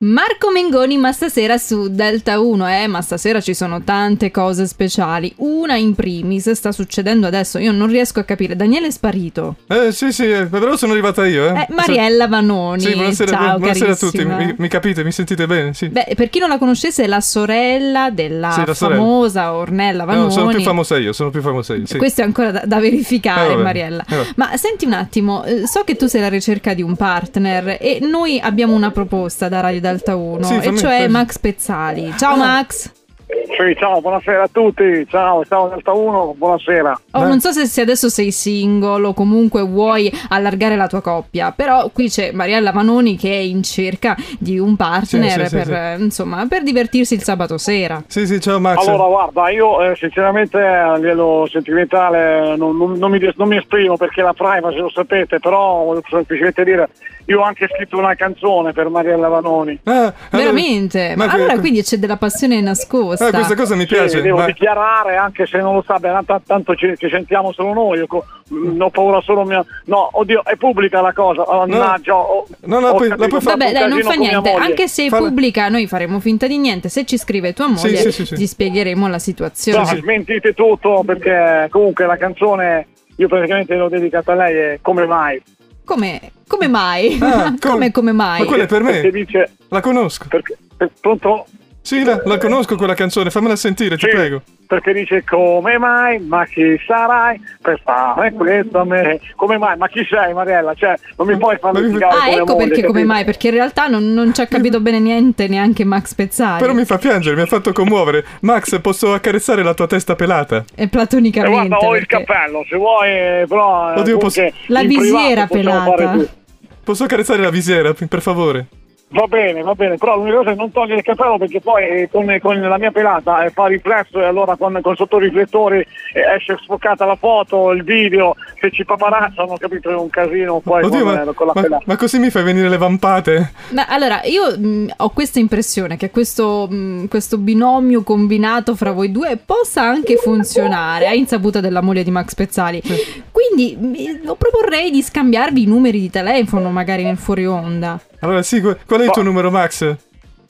Marco Mengoni, ma stasera su Delta 1, eh, ma stasera ci sono tante cose speciali. Una in primis sta succedendo adesso, io non riesco a capire. Daniele è sparito. Eh sì sì, eh, vedrò sono arrivata io. Eh. Eh, Mariella Vanoni. Sì, buonasera, Ciao, buonasera a tutti, carissima. mi, mi capite, mi sentite bene? Sì. Beh, per chi non la conoscesse, è la sorella della Sì, la sorella. famosa Ornella Vanoni. no, sono più famosa io, sono più famosa io. Sì. Questo è ancora da, da Eh, verificare, vabbè. Mariella. Eh, vabbè. Ma senti un attimo, eh, so che tu sei alla ricerca di un partner e noi abbiamo una proposta da Radio Delta 1, Sì, e fammi- Ah. cioè fammi- Max Pezzali. Ciao Max! Sì, ciao, buonasera a tutti, ciao, ciao Delta 1, buonasera. Oh, Beh. non so se, se adesso sei single o comunque vuoi allargare la tua coppia, però qui c'è Mariella Manoni che è in cerca di un partner Sì, sì, sì, per, sì. eh, Insomma, per divertirsi il sabato sera. Sì, sì, ciao Max. Allora, guarda, io eh, sinceramente a livello sentimentale non, non- non mi, des- non mi esprimo perché la privacy lo sapete, però voglio semplicemente dire, io ho anche scritto una canzone per Mariella Vanoni. Ah, allora- Veramente? Ma ma que- allora quindi c'è della passione nascosta. ah, questa cosa mi Sì, piace. devo ma- dichiarare anche se non lo sa bene, t- tanto ci, ci sentiamo solo noi, io co- mh, ho paura solo mia... No, oddio, è pubblica la cosa, oh, mannaggia, ho- No, no, ho poi- la capito, puoi ho fatto Vabbè, un dai, non casino fa con mia niente. moglie. Anche se Fala- pubblica, noi faremo finta di niente. Se ci scrive tua moglie, sì, sì, sì. ti spiegheremo la No, situazione. smentite tutto perché comunque la canzone io praticamente l'ho dedicata a lei e come mai? Come, come mai? Ah, come, come mai? Ma quella è per Perché me. dice La conosco. perché, per- pronto? Sì, la, la conosco quella canzone, fammela sentire, ti Sì. prego. Perché dice come mai? Ma chi sarai per fare questo a me? Come mai? Ma chi sei Mariella? Cioè, non mi puoi far Ma mi- litigare Ah, con mia ecco moglie, perché come capito? mai? Perché in realtà non, non ci ha capito Eh. bene niente neanche Max Pezzali. Però mi fa piangere, mi ha fatto commuovere. Max, posso accarezzare la tua testa pelata? E Eh, platonicamente. guarda, ho il perché- cappello, se vuoi, eh, però. eh, Oddio, comunque, posso- La in visiera privato possiamo pelata. fare tutto. Posso accarezzare la visiera, p- per favore? Va bene, va bene, però l'unica cosa è non togliere il cappello perché poi eh, con, con la mia pelata eh, fa riflesso e allora con, con sottoriflettori eh, esce sfoccata la foto, il video, se ci paparazzano, capito, è un casino poi Oddio, con, ma, eh, con la ma- pelata. ma così mi fai venire le vampate? Ma allora, io mh, ho questa impressione che questo, mh, questo binomio combinato fra voi due possa anche funzionare, a insaputa della moglie di Max Pezzali. Quindi mh, lo proporrei di scambiarvi i numeri di telefono, magari nel fuori onda. Allora, sì, que- qual è il tuo numero, Max?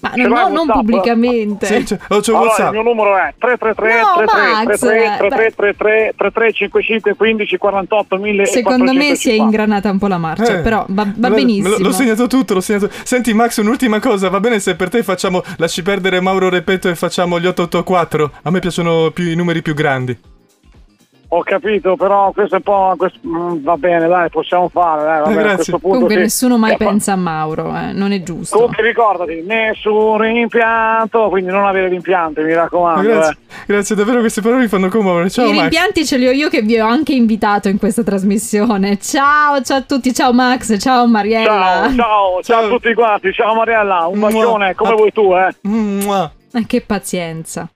Ma Ce no, l'hai no, il non WhatsApp? pubblicamente. Sì, c'è, oh, c'è un Allora, il WhatsApp. mio numero è 333 No, 33 Max, eh, 33 beh. 33 33 33 55 15 48 Secondo me si è 1450. ingranata un po' la marcia, Eh, Cioè, però va, va me lo- benissimo. me lo- L'ho segnato tutto, l'ho segnato. Senti, Max, un'ultima cosa. Va bene se per te facciamo. Lasci perdere Mauro Repeto e facciamo gli 884. A me piacciono più i numeri più grandi. Ho capito, però questo è un po'. questo- mm, va bene, dai, possiamo fare. Dai, va Eh, bene, grazie. a questo punto, Comunque sì. nessuno mai Eh, fa- pensa a Mauro, eh, non è giusto. Comunque ricordati, nessun rimpianto, quindi non avere rimpianti, mi Ma raccomando. grazie, eh. grazie, davvero queste parole mi fanno commuovere. Ciao, I Max. rimpianti ce li ho io che vi ho anche invitato in questa trasmissione. Ciao, ciao a tutti, ciao Max, ciao Mariella. Ciao, ciao, ciao a Eh, Ciao. tutti quanti, ciao Mariella, un Mua. bacione, come A- vuoi tu, eh. Mua. Ma che pazienza.